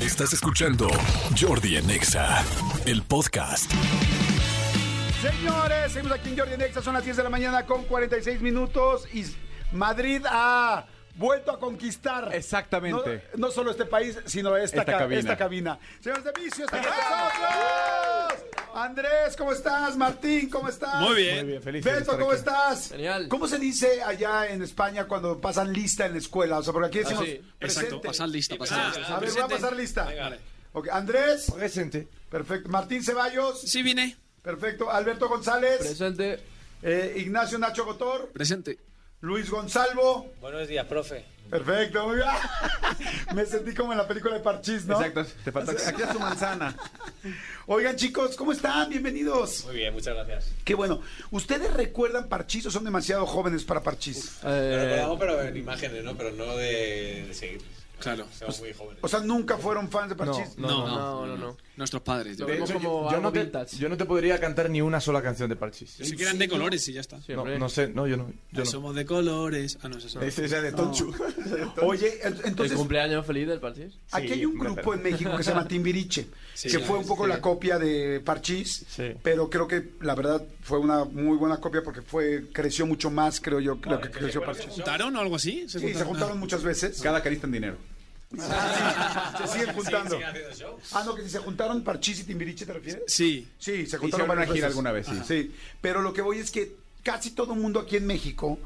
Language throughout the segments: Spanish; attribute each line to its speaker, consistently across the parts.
Speaker 1: Estás escuchando Jordi en Exa, el podcast.
Speaker 2: Señores, seguimos aquí en Jordi Nexa, son las 10 de la mañana con 46 minutos y Madrid ha vuelto a conquistar.
Speaker 3: Exactamente.
Speaker 2: No, no solo este país, sino esta,
Speaker 3: Esta
Speaker 2: ca-
Speaker 3: cabina.
Speaker 2: esta cabina. Señores de Vicio, están con nosotros. Andrés, ¿cómo estás? Martín, ¿cómo estás?
Speaker 4: Muy bien.
Speaker 3: Muy bien, feliz de
Speaker 2: Beto,
Speaker 3: estar
Speaker 2: ¿cómo
Speaker 3: aquí.
Speaker 2: estás?
Speaker 5: Genial.
Speaker 2: ¿Cómo se dice allá en España cuando pasan lista en la escuela? O sea, porque aquí decimos
Speaker 5: Ah, sí.
Speaker 2: presente.
Speaker 4: Exacto.
Speaker 5: Pasar lista, pasar lista.
Speaker 2: A ver, voy a
Speaker 5: Presente.
Speaker 2: pasar lista.
Speaker 5: Venga.
Speaker 2: Ok, Andrés,
Speaker 3: Presente.
Speaker 2: perfecto. Martín Ceballos,
Speaker 5: Sí vine.
Speaker 2: perfecto. Alberto González,
Speaker 5: Presente.
Speaker 2: eh, Ignacio Nacho Gotor.
Speaker 5: Presente.
Speaker 2: Luis Gonzalvo.
Speaker 6: Buenos días, profe.
Speaker 2: Perfecto, muy bien. Me sentí como en la película de Parchís, ¿no?
Speaker 3: Exacto. Te faltó aquí a su manzana.
Speaker 2: Oigan, chicos, ¿cómo están? Bienvenidos.
Speaker 6: Muy bien, muchas gracias.
Speaker 2: Qué bueno. ¿Ustedes recuerdan Parchís o son demasiado jóvenes para Parchís?
Speaker 6: Lo
Speaker 7: Eh,
Speaker 6: recordamos, pero en imágenes, ¿no? Pero no de, de seguir.
Speaker 5: Claro.
Speaker 6: Somos muy jóvenes.
Speaker 2: O sea, nunca fueron fans de Parchís.
Speaker 3: No,
Speaker 5: No, no, no, Nuestros padres. yo
Speaker 8: De
Speaker 5: creo.
Speaker 8: hecho,
Speaker 7: como
Speaker 8: yo, yo
Speaker 7: algo
Speaker 8: no te,
Speaker 7: vintage.
Speaker 8: yo no te podría cantar ni una sola canción de Parchis.
Speaker 5: Yo sé que eran de colores y ya está. Ah,
Speaker 8: No, no sé, no, yo no. Yo no.
Speaker 5: Somos de colores. Ah, no, eso es
Speaker 3: Ese es de Tonchu.
Speaker 2: Oye, en-
Speaker 7: El
Speaker 2: entonces,
Speaker 7: cumpleaños feliz del Parchís.
Speaker 2: aquí
Speaker 8: Sí,
Speaker 2: hay un
Speaker 8: hombre,
Speaker 2: grupo
Speaker 8: pero-
Speaker 2: en México que se llama Timbiriche,
Speaker 5: Sí,
Speaker 2: que fue
Speaker 5: sí,
Speaker 2: un poco la copia de Parchís,
Speaker 8: Sí.
Speaker 2: pero creo que la verdad fue una muy buena copia porque fue creció mucho más, creo yo, que lo que creció Parchís.
Speaker 5: ¿Juntaron o algo así?
Speaker 2: Sí, se Ah, juntaron muchas veces.
Speaker 3: Cada carista en dinero.
Speaker 2: Ah, sí, se siguen juntando.
Speaker 6: siguen haciendo show.
Speaker 2: Ah, no, que si se juntaron Parchís y Timbiriche, ¿te
Speaker 5: Ah,
Speaker 2: refieres?
Speaker 5: Sí.
Speaker 2: Sí, se
Speaker 3: Hicieron
Speaker 2: juntaron
Speaker 3: una
Speaker 2: varias
Speaker 3: gira
Speaker 2: veces.
Speaker 3: alguna vez, sí.
Speaker 2: Sí, pero lo que voy es que casi todo el mundo aquí en México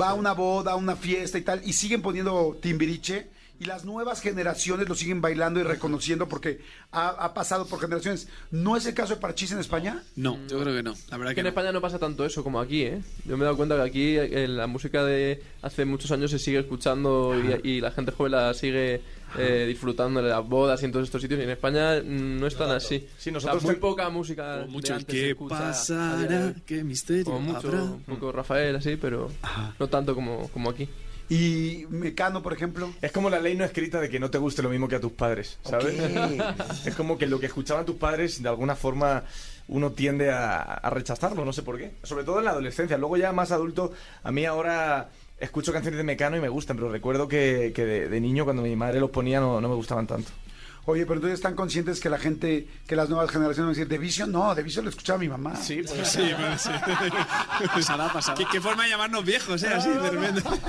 Speaker 2: va a una boda, a una fiesta y tal, y siguen poniendo Timbiriche. Y las nuevas generaciones lo siguen bailando y reconociendo porque ha, ha pasado por generaciones. ¿No es el caso de Parchís en España?
Speaker 5: No, yo creo que no. La verdad
Speaker 7: Mm. Es que
Speaker 5: que
Speaker 7: en
Speaker 5: no.
Speaker 7: España no pasa tanto eso como aquí, ¿eh? Yo me he dado cuenta que aquí eh, la música de hace muchos años se sigue escuchando y, y la gente joven la sigue eh, disfrutando en las bodas y en todos estos sitios. Y en España mm, no es tan así.
Speaker 8: Sí, nosotros
Speaker 7: O sea, muy
Speaker 8: ten-
Speaker 7: poca música.
Speaker 5: O mucho el
Speaker 7: de antes se
Speaker 5: que
Speaker 7: escucha a día de
Speaker 5: pasará,
Speaker 7: hoy.
Speaker 5: qué misterio
Speaker 7: Como mucho,
Speaker 5: habrá.
Speaker 7: un poco Rafael así, pero no tanto como, como aquí.
Speaker 2: Y Mecano, por ejemplo.
Speaker 8: Es como la ley no escrita de que no te guste lo mismo que a tus padres, ¿sabes? Es como que lo que escuchaban tus padres, de alguna forma, uno tiende a, a rechazarlo, no sé por qué. Sobre todo en la adolescencia. Luego ya más adulto, a mí ahora escucho canciones de Mecano y me gustan, pero recuerdo que, que de, de niño cuando mi madre los ponía no, no me gustaban tanto.
Speaker 2: Oye, pero entonces están conscientes que la gente, que las nuevas generaciones van a decir, de vicio no, de vicio lo escuchaba mi mamá.
Speaker 8: Sí,
Speaker 4: pues.
Speaker 5: Sí, pero sí.
Speaker 7: Pasará, pasará.
Speaker 5: ¿Qué, qué forma de llamarnos viejos, ¿eh? Así, de repente.
Speaker 8: nos
Speaker 2: No,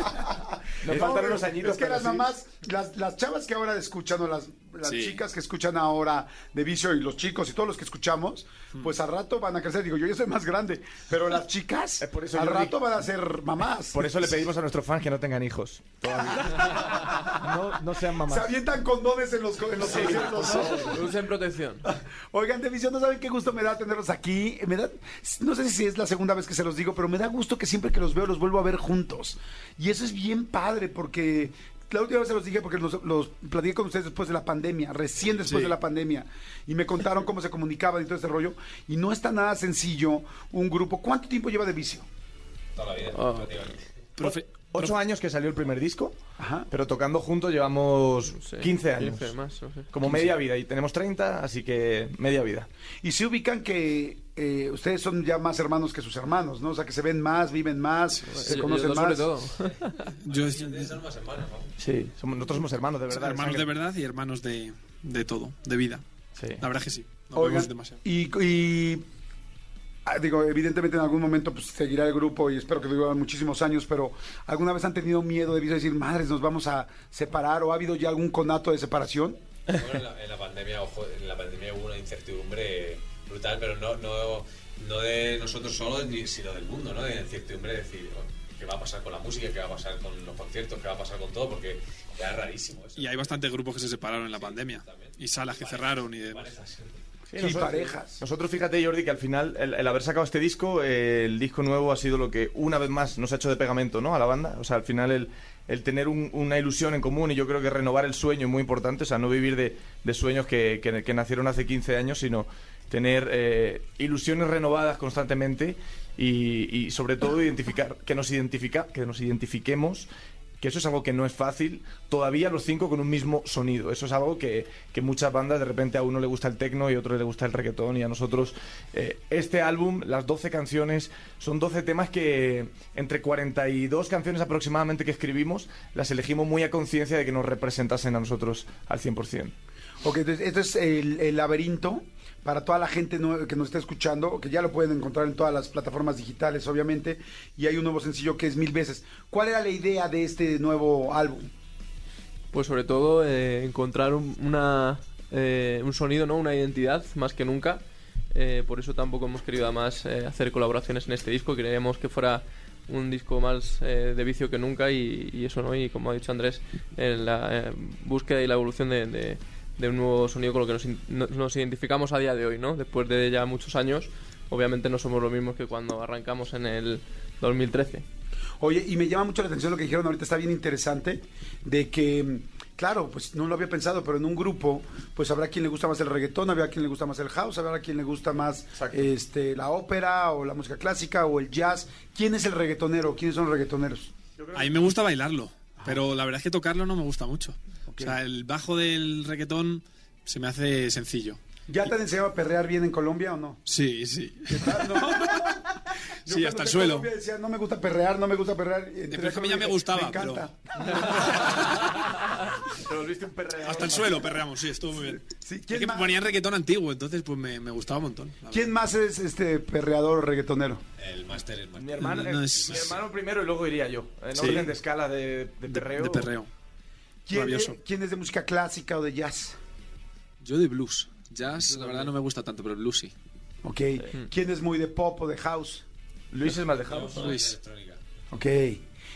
Speaker 8: faltaron
Speaker 2: pero
Speaker 8: los añitos.
Speaker 2: Es que
Speaker 8: pero
Speaker 2: las
Speaker 8: sí.
Speaker 2: mamás, las, las chavas que ahora escuchan, o las, las
Speaker 5: Sí.
Speaker 2: chicas que escuchan ahora de vicio, y los chicos y todos los que escuchamos,
Speaker 8: Mm.
Speaker 2: pues al rato van a crecer. Digo, yo ya soy más grande, pero las chicas
Speaker 8: Es Eh, por eso
Speaker 2: al
Speaker 8: yo
Speaker 2: rato
Speaker 8: dije-
Speaker 2: van a ser mamás.
Speaker 8: Por eso le pedimos a nuestros fans que no tengan hijos. Todavía. No, no sean mamás.
Speaker 2: Se avientan condones en los, co- en los conciertos, ¿no?
Speaker 7: Usen protección.
Speaker 2: Oigan, de visión, no saben qué gusto me da tenerlos aquí. Me da, no sé si es la segunda vez que se los digo, pero me da gusto que siempre que los veo los vuelvo a ver juntos. Y eso es bien padre porque la última vez se los dije porque los, los platiqué con ustedes después de la pandemia, recién después
Speaker 5: Sí.
Speaker 2: de la pandemia. Y me contaron cómo se comunicaban y todo ese rollo. Y no está nada sencillo un grupo. ¿Cuánto tiempo lleva de vicio?
Speaker 6: Toda la vida,
Speaker 7: Oh.
Speaker 6: prácticamente.
Speaker 5: Profe,
Speaker 8: Ocho años que salió el primer disco,
Speaker 2: Ajá.
Speaker 8: pero tocando juntos llevamos
Speaker 7: No sé,
Speaker 8: 15 años.
Speaker 7: 15 más, no sé.
Speaker 8: Como media vida, y tenemos 30, así que media vida.
Speaker 2: Y se ubican que eh, ustedes son ya más hermanos que sus hermanos, ¿no? O sea, que se ven más, viven más, se
Speaker 7: Yo-
Speaker 2: conocen
Speaker 7: yo
Speaker 2: más.
Speaker 7: Pues, sobre todo.
Speaker 5: yo...
Speaker 6: Ustedes son más hermanos, ¿no?
Speaker 8: Sí, somos, nosotros somos hermanos de verdad.
Speaker 5: hermanos de
Speaker 8: sangre.
Speaker 5: verdad y hermanos de, de todo, de vida.
Speaker 8: Sí.
Speaker 5: La verdad es que sí. Nos
Speaker 2: Oigan,
Speaker 5: vemos demasiado.
Speaker 2: Y, y- ah, digo, evidentemente en algún momento pues, seguirá el grupo y espero que dure muchísimos años, pero ¿alguna vez han tenido miedo de decir, madres, nos vamos a separar o ha habido ya algún conato de separación?
Speaker 6: Bueno, en la, en la pandemia, ojo, en la pandemia hubo una incertidumbre brutal, pero no, no, no de nosotros solos, ni- sino del mundo, ¿no? De incertidumbre de decir, oh, ¿qué va a pasar con la música? ¿Qué va a pasar con los conciertos? ¿Qué va a pasar con todo? Porque era rarísimo eso.
Speaker 5: Y hay bastantes grupos que se separaron en la pandemia. Y salas que cerraron y demás.
Speaker 6: Parejas.
Speaker 8: Sí,
Speaker 2: y
Speaker 8: nosotros-
Speaker 2: parejas.
Speaker 8: Nosotros, fíjate, Jordi, que al final el, el haber sacado este disco, eh, el disco nuevo ha sido lo que una vez más nos ha hecho de pegamento, ¿no? A la banda. O sea, al final el, el tener un- una ilusión en común y yo creo que renovar el sueño es muy importante. O sea, no vivir de, de sueños que, que- que nacieron hace 15 años, sino tener eh, ilusiones renovadas constantemente y, y sobre todo identificar que nos identifica que nos identifiquemos que eso es algo que no es fácil, todavía los cinco con un mismo sonido. Eso es algo que, que muchas bandas, de repente a uno le gusta el tecno y a otro le gusta el reggaetón y a nosotros eh, este álbum, las 12 canciones, son 12 temas que entre 42 canciones aproximadamente que escribimos, las elegimos muy a conciencia de que nos representasen a nosotros al 100%.
Speaker 2: Ok, entonces, este es el, el laberinto para toda la gente nue- que nos está escuchando, que ya lo pueden encontrar en todas las plataformas digitales, obviamente, y hay un nuevo sencillo que es Mil veces. ¿Cuál era la idea de este nuevo álbum?
Speaker 7: Pues sobre todo eh, encontrar un, una, eh, un sonido, ¿no? Una identidad más que nunca. Eh, por eso tampoco hemos querido además eh, hacer colaboraciones en este disco. Queríamos que fuera un disco más eh, de vicio que nunca y, y eso, ¿no? Y como ha dicho Andrés, en la eh, búsqueda y la evolución de, de- de un nuevo sonido con lo que nos, in- no- nos identificamos a día de hoy, ¿no? Después de ya muchos años, obviamente no somos lo mismos que cuando arrancamos en el 2013.
Speaker 2: Oye, y me llama mucho la atención lo que dijeron ahorita, está bien interesante, de que, mm, claro, pues no lo había pensado, pero en un grupo, pues habrá quien le gusta más el reggaetón, habrá quien le gusta más el house, habrá quien le gusta más este, la ópera o la música clásica o el jazz. ¿Quién es el reggaetonero? ¿Quiénes son los reggaetoneros?
Speaker 5: A mí me gusta bailarlo, pero la verdad es que tocarlo no me gusta mucho. O sea, el bajo del reggaetón se me hace sencillo.
Speaker 2: ¿Ya te han enseñado a perrear bien en Colombia o no?
Speaker 5: Sí, sí.
Speaker 2: Yo
Speaker 5: sí,
Speaker 2: cuando
Speaker 5: hasta
Speaker 2: fui
Speaker 5: el
Speaker 2: a
Speaker 5: suelo.
Speaker 2: Colombia decía, no me gusta perrear, no me gusta perrear. Entré
Speaker 5: Pero es que a
Speaker 2: Colombia
Speaker 5: mí ya
Speaker 2: y
Speaker 5: me
Speaker 2: dije,
Speaker 5: gustaba,
Speaker 2: Me encanta.
Speaker 8: Te volviste un perreador.
Speaker 5: Hasta el suelo perreamos, sí, estuvo muy bien.
Speaker 2: Sí,
Speaker 5: Es
Speaker 2: ¿quién
Speaker 5: que
Speaker 2: más?
Speaker 5: ponían reggaetón antiguo, entonces pues me, me gustaba un montón. la verdad.
Speaker 2: ¿Quién más es este perreador o reggaetonero?
Speaker 6: El máster, el máster.
Speaker 8: Mi hermano,
Speaker 5: No, no
Speaker 8: eh,
Speaker 5: es-
Speaker 8: mi hermano primero y luego iría yo. En
Speaker 5: Sí.
Speaker 8: orden de escala de, de
Speaker 5: De-
Speaker 8: perreo.
Speaker 5: De perreo.
Speaker 2: ¿Quién,
Speaker 5: Rabioso.
Speaker 2: quién es de música clásica o de jazz?
Speaker 5: Yo de blues. Jazz, la verdad no me gusta tanto, pero blues sí.
Speaker 2: Ok. ¿Quién es muy de pop o de house?
Speaker 8: Luis es más de house.
Speaker 5: Luis.
Speaker 2: Ok.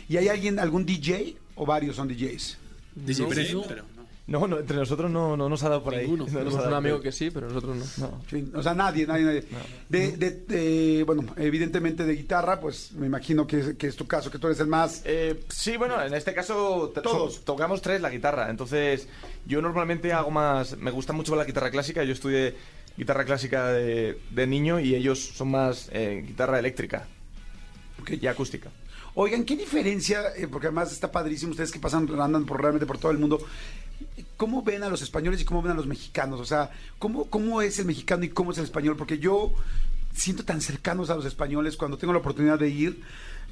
Speaker 2: ¿Y hay alguien, algún DJ o varios son DJs?
Speaker 5: DJ
Speaker 7: No,
Speaker 5: Breath,
Speaker 7: no.
Speaker 5: pero no.
Speaker 8: No, no, entre nosotros no, no nos ha dado por ahí. No
Speaker 5: Ninguno.
Speaker 8: nos ha
Speaker 7: Tenemos un
Speaker 8: dado
Speaker 7: amigo
Speaker 8: por ahí.
Speaker 7: que sí, pero nosotros no.
Speaker 8: No.
Speaker 2: Sí, O sea, nadie, nadie, nadie. De, de- de- bueno, evidentemente de guitarra, pues me imagino que, es- que es tu caso, que tú eres el más...
Speaker 8: Eh, sí, bueno, en este caso t-
Speaker 2: Todos.
Speaker 8: so- tocamos tres la guitarra. Entonces, yo normalmente hago más. Me gusta mucho la guitarra clásica. Yo estudié guitarra clásica de, de niño y ellos son más eh, guitarra eléctrica y acústica.
Speaker 2: Oigan, ¿qué diferencia? eh, porque además está padrísimo, ustedes que pasan, andan por realmente por todo el mundo. ¿Cómo ven a los españoles y cómo ven a los mexicanos? O sea, ¿cómo, cómo es el mexicano y cómo es el español? Porque yo siento tan cercanos a los españoles cuando tengo la oportunidad de ir,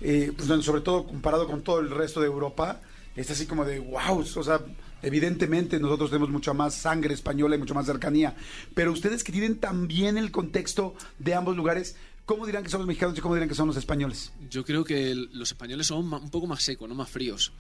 Speaker 2: eh, pues, bueno, sobre todo comparado con todo el resto de Europa, es así como de wow, o sea, evidentemente nosotros tenemos mucha más sangre española y mucha más cercanía, pero ustedes que tienen también el contexto de ambos lugares, ¿cómo dirán que son los mexicanos y cómo dirán que son los españoles?
Speaker 4: Yo creo que el- los españoles son ma- un poco más secos, no más fríos.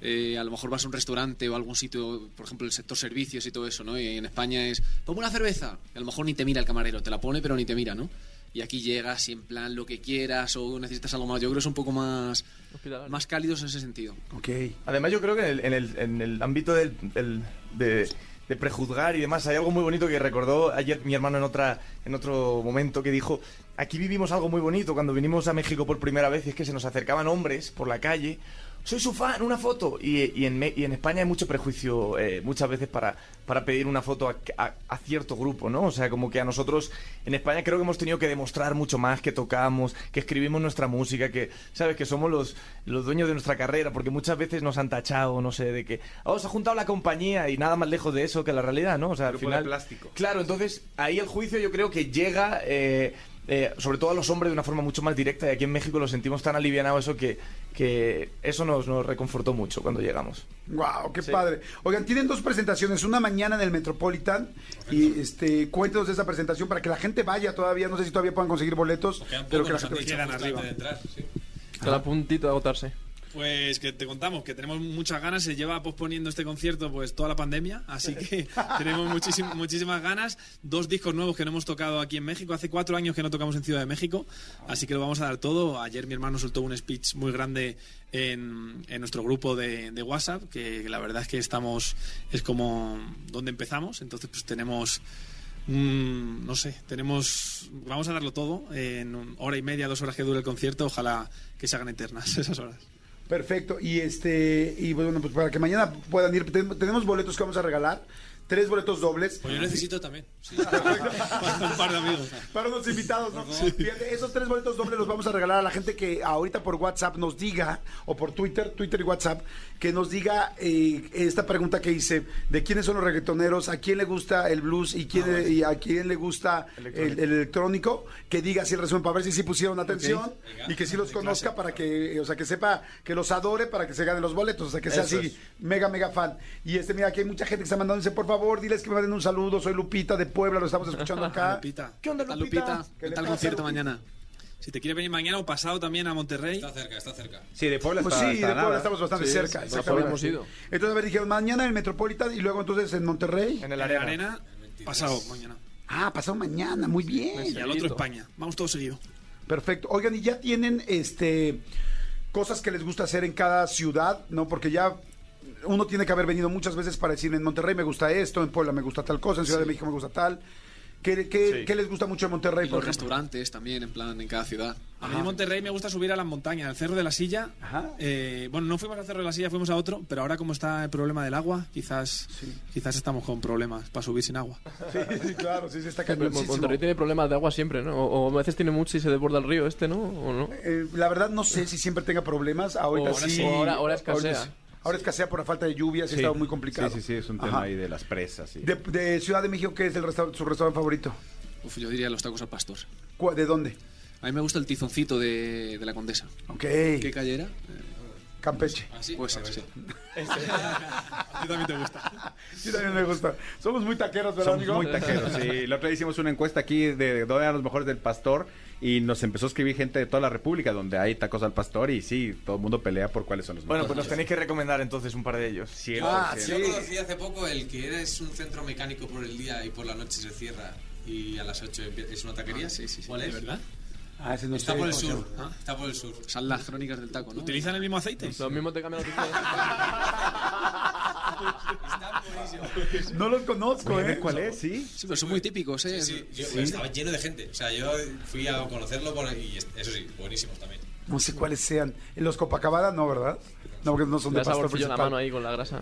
Speaker 4: Eh, a lo mejor vas a un restaurante o a algún sitio, por ejemplo, el sector servicios y todo eso, ¿no? Y en España es, pongo una cerveza. Y a lo mejor ni te mira el camarero, te la pone, pero ni te mira, ¿no? Y aquí llegas y en plan lo que quieras o necesitas algo más. Yo creo que son un poco más,
Speaker 7: Hospitalario.
Speaker 4: más cálidos en ese sentido.
Speaker 2: Ok.
Speaker 8: Además, yo creo que en el, en el- en el ámbito del, del- de, de prejuzgar y demás, hay algo muy bonito que recordó ayer mi hermano en, otra, en otro momento que dijo, aquí vivimos algo muy bonito cuando vinimos a México por primera vez, y es que se nos acercaban hombres por la calle. Soy su fan, una foto. Y, y en, Me- y en España hay mucho prejuicio eh, muchas veces para, para pedir una foto a, a- a cierto grupo, ¿no? O sea, como que a nosotros en España creo que hemos tenido que demostrar mucho más, que tocamos, que escribimos nuestra música, que, ¿sabes? Que somos los, los dueños de nuestra carrera, porque muchas veces nos han tachado, no sé, de que, oh, se ha juntado la compañía y nada más lejos de eso que la realidad, ¿no? O sea, al
Speaker 3: Grupo de
Speaker 8: final...
Speaker 3: plástico.
Speaker 8: Claro, entonces ahí el juicio yo creo que llega, eh, eh, sobre todo a los hombres, de una forma mucho más directa y aquí en México lo sentimos tan alivianado eso que, que eso nos, nos reconfortó mucho cuando llegamos.
Speaker 2: Wow, qué padre. Oigan, tienen dos presentaciones, una mañana en el Metropolitan y este cuéntenos de esa presentación para que la gente vaya todavía, no sé si todavía puedan conseguir boletos, pero que la gente vaya.
Speaker 5: dicho. quedan arriba.
Speaker 7: Está a puntito de agotarse.
Speaker 5: Pues que te contamos que tenemos muchas ganas, se lleva posponiendo este concierto pues toda la pandemia, así que tenemos muchísim- muchísimas ganas, dos discos nuevos que no hemos tocado aquí en México, hace cuatro años que no tocamos en Ciudad de México, así que lo vamos a dar todo, ayer mi hermano soltó un speech muy grande en, en nuestro grupo de, de WhatsApp, que la verdad es que estamos, es como donde empezamos, entonces pues tenemos... Mm, no sé, tenemos. Vamos a darlo todo en un- hora y media, dos horas que dure el concierto. Ojalá que se hagan eternas esas horas.
Speaker 2: Perfecto. Y este y bueno, pues para que mañana puedan ir, ten- tenemos boletos que vamos a regalar, tres boletos dobles.
Speaker 5: Ah,
Speaker 6: Pues yo necesito también. sí.
Speaker 5: Falta un par de amigos.
Speaker 2: Para unos invitados, ¿no? Fíjate, esos tres boletos dobles los vamos a regalar a la gente que ahorita por WhatsApp nos diga, o por Twitter, Twitter y WhatsApp, que nos diga eh, esta pregunta que hice, de quiénes son los reggaetoneros, a quién le gusta el blues y, quién, y a quién le gusta el, el electrónico, que diga así el resumen, para ver si sí pusieron atención y que sí los conozca para que, eh, o sea, que sepa, que los adore para que se ganen los boletos, o sea, que sea así, mega, mega fan. Y este, mira, aquí hay mucha gente que está mandando, dice, por favor, favor, diles que me manden un saludo. Soy Lupita de Puebla, lo estamos escuchando acá.
Speaker 5: Lupita.
Speaker 2: ¿Qué onda,
Speaker 4: ¿Qué tal,
Speaker 2: Lupita?
Speaker 4: Lupita?
Speaker 2: ¿Qué
Speaker 4: ¿Qué
Speaker 2: le
Speaker 4: tal
Speaker 2: pasa,
Speaker 4: concierto
Speaker 2: Lupita?
Speaker 4: mañana?
Speaker 5: Si te quiere venir mañana o pasado también a Monterrey,
Speaker 6: Está cerca, está cerca.
Speaker 3: Sí, de Puebla
Speaker 2: Pues
Speaker 3: está,
Speaker 2: sí,
Speaker 3: está
Speaker 2: de
Speaker 3: nada.
Speaker 2: Puebla estamos bastante
Speaker 7: Sí,
Speaker 2: cerca.
Speaker 7: sí,
Speaker 2: exactamente.
Speaker 7: hemos ido.
Speaker 2: Entonces, a ver, dijeron mañana en el Metropolitan y luego entonces en Monterrey.
Speaker 8: En
Speaker 5: en
Speaker 8: el
Speaker 5: la
Speaker 8: arena.
Speaker 5: arena, pasado mañana.
Speaker 2: Ah, pasado mañana, muy bien.
Speaker 5: Y al otro España. Vamos todos seguidos.
Speaker 2: Perfecto. Oigan, y ya tienen este cosas que les gusta hacer en cada ciudad, ¿no? Porque ya uno tiene que haber venido muchas veces para decir en Monterrey me gusta esto, en Puebla me gusta tal cosa, en Ciudad de México me gusta tal. ¿Qué, qué-
Speaker 8: Sí.
Speaker 2: qué les gusta mucho en Monterrey?
Speaker 4: Y los
Speaker 2: ejemplo?
Speaker 4: restaurantes también, en plan, en cada ciudad.
Speaker 5: A mí en Monterrey me gusta subir a las montañas, al Cerro de la Silla.
Speaker 2: Ajá.
Speaker 5: Eh, bueno, no fuimos al Cerro de la Silla, fuimos a otro, pero ahora como está el problema del agua, quizás, quizás estamos con problemas para subir sin agua.
Speaker 2: Sí, sí, claro, sí, sí, está
Speaker 7: Pero Mon-
Speaker 2: cañoncísimo.
Speaker 7: Monterrey tiene problemas de agua siempre, ¿no? O, o a veces tiene mucho y se desborda el río este, ¿no? ¿O no?
Speaker 2: Eh, la verdad no sé si siempre tenga problemas. Ahorita
Speaker 7: O-
Speaker 2: sí.
Speaker 7: o ahora- ahora escasea.
Speaker 2: Ahorita sí. Ahora escasea por la falta de lluvias y ha estado muy complicado.
Speaker 3: Sí, sí, sí, es un tema
Speaker 2: Ajá.
Speaker 3: ahí de las presas. sí.
Speaker 2: De, de Ciudad de México, ¿qué es el restaur- su restaurante favorito?
Speaker 4: Uf, yo diría los tacos al pastor.
Speaker 2: ¿Cu- ¿De dónde?
Speaker 4: A mí me gusta el tizoncito de, de la condesa.
Speaker 2: Ok.
Speaker 4: ¿Qué calle era? Eh,
Speaker 2: Campeche.
Speaker 5: Ah,
Speaker 4: Puede ser, sí.
Speaker 5: A ti también te gusta.
Speaker 2: Sí, también me gusta. Somos muy taqueros, ¿verdad,
Speaker 3: Somos
Speaker 2: amigo?
Speaker 3: muy taqueros, sí. La otra vez hicimos una encuesta aquí de dónde eran los mejores del pastor y nos empezó a escribir gente de toda la República donde hay tacos al pastor y sí, todo el mundo pelea por cuáles son los
Speaker 8: Bueno,
Speaker 3: mejores.
Speaker 8: pues nos tenéis que recomendar entonces un par de ellos.
Speaker 3: Sí,
Speaker 2: Ah,
Speaker 3: sí.
Speaker 2: sí.
Speaker 6: Yo conocí hace poco el que era, es un centro mecánico por el día y por la noche se cierra y a las 8 empie- es una taquería.
Speaker 4: Ah, sí, sí, sí.
Speaker 6: ¿Cuál es?
Speaker 5: ¿Verdad?
Speaker 2: Ah, ese no
Speaker 6: Está
Speaker 2: sé
Speaker 6: por el
Speaker 2: cómo se
Speaker 6: sur.
Speaker 2: llama.
Speaker 6: ¿ah? Está por el sur.
Speaker 4: Son las crónicas del taco, ¿no?
Speaker 5: ¿Utilizan el mismo aceite?
Speaker 7: Lo mismo te cambia la noticia.
Speaker 6: Está buenísimo.
Speaker 2: No los conozco,
Speaker 3: Oye, a ver
Speaker 2: ¿eh?
Speaker 3: ¿Cuál es? Sí.
Speaker 4: Sí, pero son muy típicos, ¿eh?
Speaker 6: Sí, yo estaba lleno de gente. O sea, yo fui a conocerlo por- y es- eso sí, buenísimos también.
Speaker 2: No sé cuáles sean. Los Copacabana no, ¿verdad? No, porque no son de
Speaker 7: Te das
Speaker 2: pastor
Speaker 7: saborcillo en la
Speaker 2: principal.
Speaker 7: mano ahí con la grasa.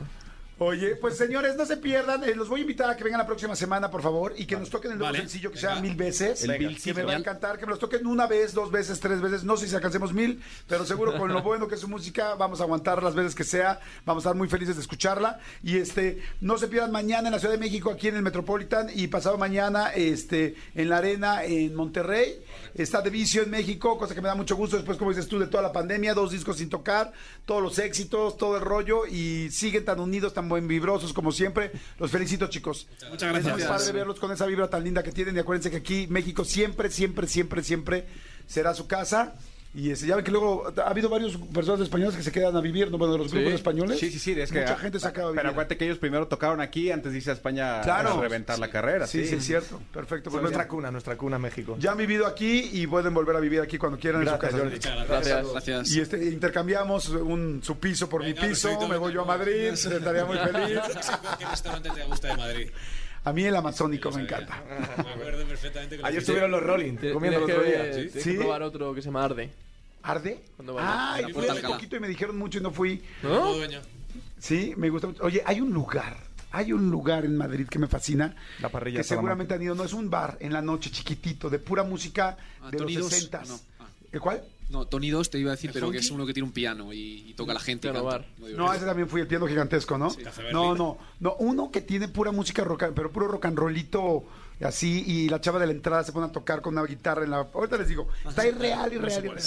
Speaker 2: Oye, pues señores, no se pierdan. Eh, los voy a invitar a que vengan la próxima semana, por favor, y que nos toquen el nuevo
Speaker 5: Vale.
Speaker 2: sencillo que
Speaker 6: Venga.
Speaker 2: sea mil veces.
Speaker 3: El Bill
Speaker 2: que me va a
Speaker 4: Genial.
Speaker 2: encantar, que me los toquen una vez, dos veces, tres veces. No sé si alcancemos mil, pero seguro con lo bueno que es su música, vamos a aguantar las veces que sea. Vamos a estar muy felices de escucharla. Y este, no se pierdan mañana en la Ciudad de México, aquí en el Metropolitan, y pasado mañana este, en la Arena, en Monterrey. Está de vicio en México, cosa que me da mucho gusto después, como dices tú, de toda la pandemia, dos discos sin tocar, todos los éxitos, todo el rollo, y siguen tan unidos, tan buen vibrosos como siempre. Los felicito, chicos.
Speaker 5: Muchas
Speaker 2: Es muy
Speaker 5: gracias.
Speaker 2: padre verlos con esa vibra tan linda que tienen. Y acuérdense que aquí México siempre, siempre, siempre, siempre será su casa. Y este, ya ven que luego ha habido varios personas españolas que se quedan a vivir, ¿no? Bueno, de los grupos españoles.
Speaker 3: Sí, sí, sí, es que
Speaker 2: Mucha gente se acaba
Speaker 3: Pero
Speaker 2: viviendo.
Speaker 3: acuérdate que ellos primero tocaron aquí antes de irse a España
Speaker 2: Claro.
Speaker 3: a reventar la carrera.
Speaker 2: Sí,
Speaker 3: Sí,
Speaker 2: sí, es cierto. Perfecto. Pues
Speaker 8: nuestra
Speaker 2: bien,
Speaker 8: cuna, nuestra cuna México.
Speaker 2: ya han vivido aquí y pueden volver a vivir aquí cuando quieran en su casa.
Speaker 7: Gracias.
Speaker 4: Gracias.
Speaker 2: Y este, intercambiamos un, su piso por mi
Speaker 6: Venga,
Speaker 2: piso,
Speaker 6: perfecto,
Speaker 2: me voy yo a Madrid, estaría muy feliz.
Speaker 6: ¿Qué restaurante te gusta de Madrid?
Speaker 2: A mí el amazónico me encanta.
Speaker 4: Ah.
Speaker 6: Me acuerdo perfectamente que lo
Speaker 8: Ayer
Speaker 6: dijiste.
Speaker 8: estuvieron los Rolling,
Speaker 7: Tienes
Speaker 8: comiendo el
Speaker 7: que-
Speaker 8: otro día.
Speaker 7: tienes que
Speaker 2: ¿Sí?
Speaker 7: probar otro que se llama Arde.
Speaker 2: ¿Arde?
Speaker 7: Cuando vayas.
Speaker 2: Ah,
Speaker 4: La
Speaker 2: fui
Speaker 4: Puerta
Speaker 2: hace
Speaker 4: Alcalá.
Speaker 2: poquito y me dijeron mucho y no fui.
Speaker 6: Todo
Speaker 7: ¿No?
Speaker 6: dueño.
Speaker 2: Sí, me gusta mucho. Oye, hay un lugar, hay un lugar en Madrid que me fascina.
Speaker 8: La parrilla
Speaker 2: Que
Speaker 8: de Salamanca.
Speaker 2: seguramente han ido. No, es un bar en la noche chiquitito, de pura música
Speaker 4: Ah,
Speaker 2: de los
Speaker 4: Tonidos,
Speaker 2: 60
Speaker 4: no, ah.
Speaker 2: ¿El cuál?
Speaker 4: No, Tony 2 te iba a decir,
Speaker 5: ¿El
Speaker 4: pero que
Speaker 5: funky?
Speaker 4: es uno que tiene un piano y, y toca a la gente. y
Speaker 7: Piano
Speaker 4: canta.
Speaker 7: bar.
Speaker 4: Muy
Speaker 2: No, ese
Speaker 4: divertido.
Speaker 2: también fui el piano gigantesco, ¿no?
Speaker 6: Café Berlín.
Speaker 2: no, no, no. Uno que tiene pura música rock, and- pero puro rock and rollito así y la chava de la entrada se pone a tocar con una guitarra en la. Ahorita les digo, está irreal, irreal, irreal.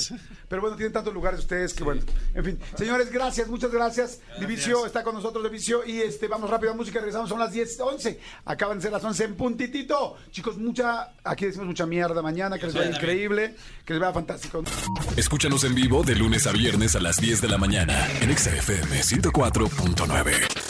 Speaker 2: Pero bueno, tienen tantos lugares ustedes que bueno. En fin, señores, gracias, muchas gracias. Divicio está con nosotros, Divicio. Y este, vamos rápido a música, regresamos, son las 10, 11. Acaban de ser las 11 en puntitito. Chicos, mucha, aquí decimos mucha mierda mañana, que les vaya increíble, que les vaya fantástico.
Speaker 1: Escúchanos en vivo de lunes a viernes a las 10 de la mañana en Exa FM 104.9.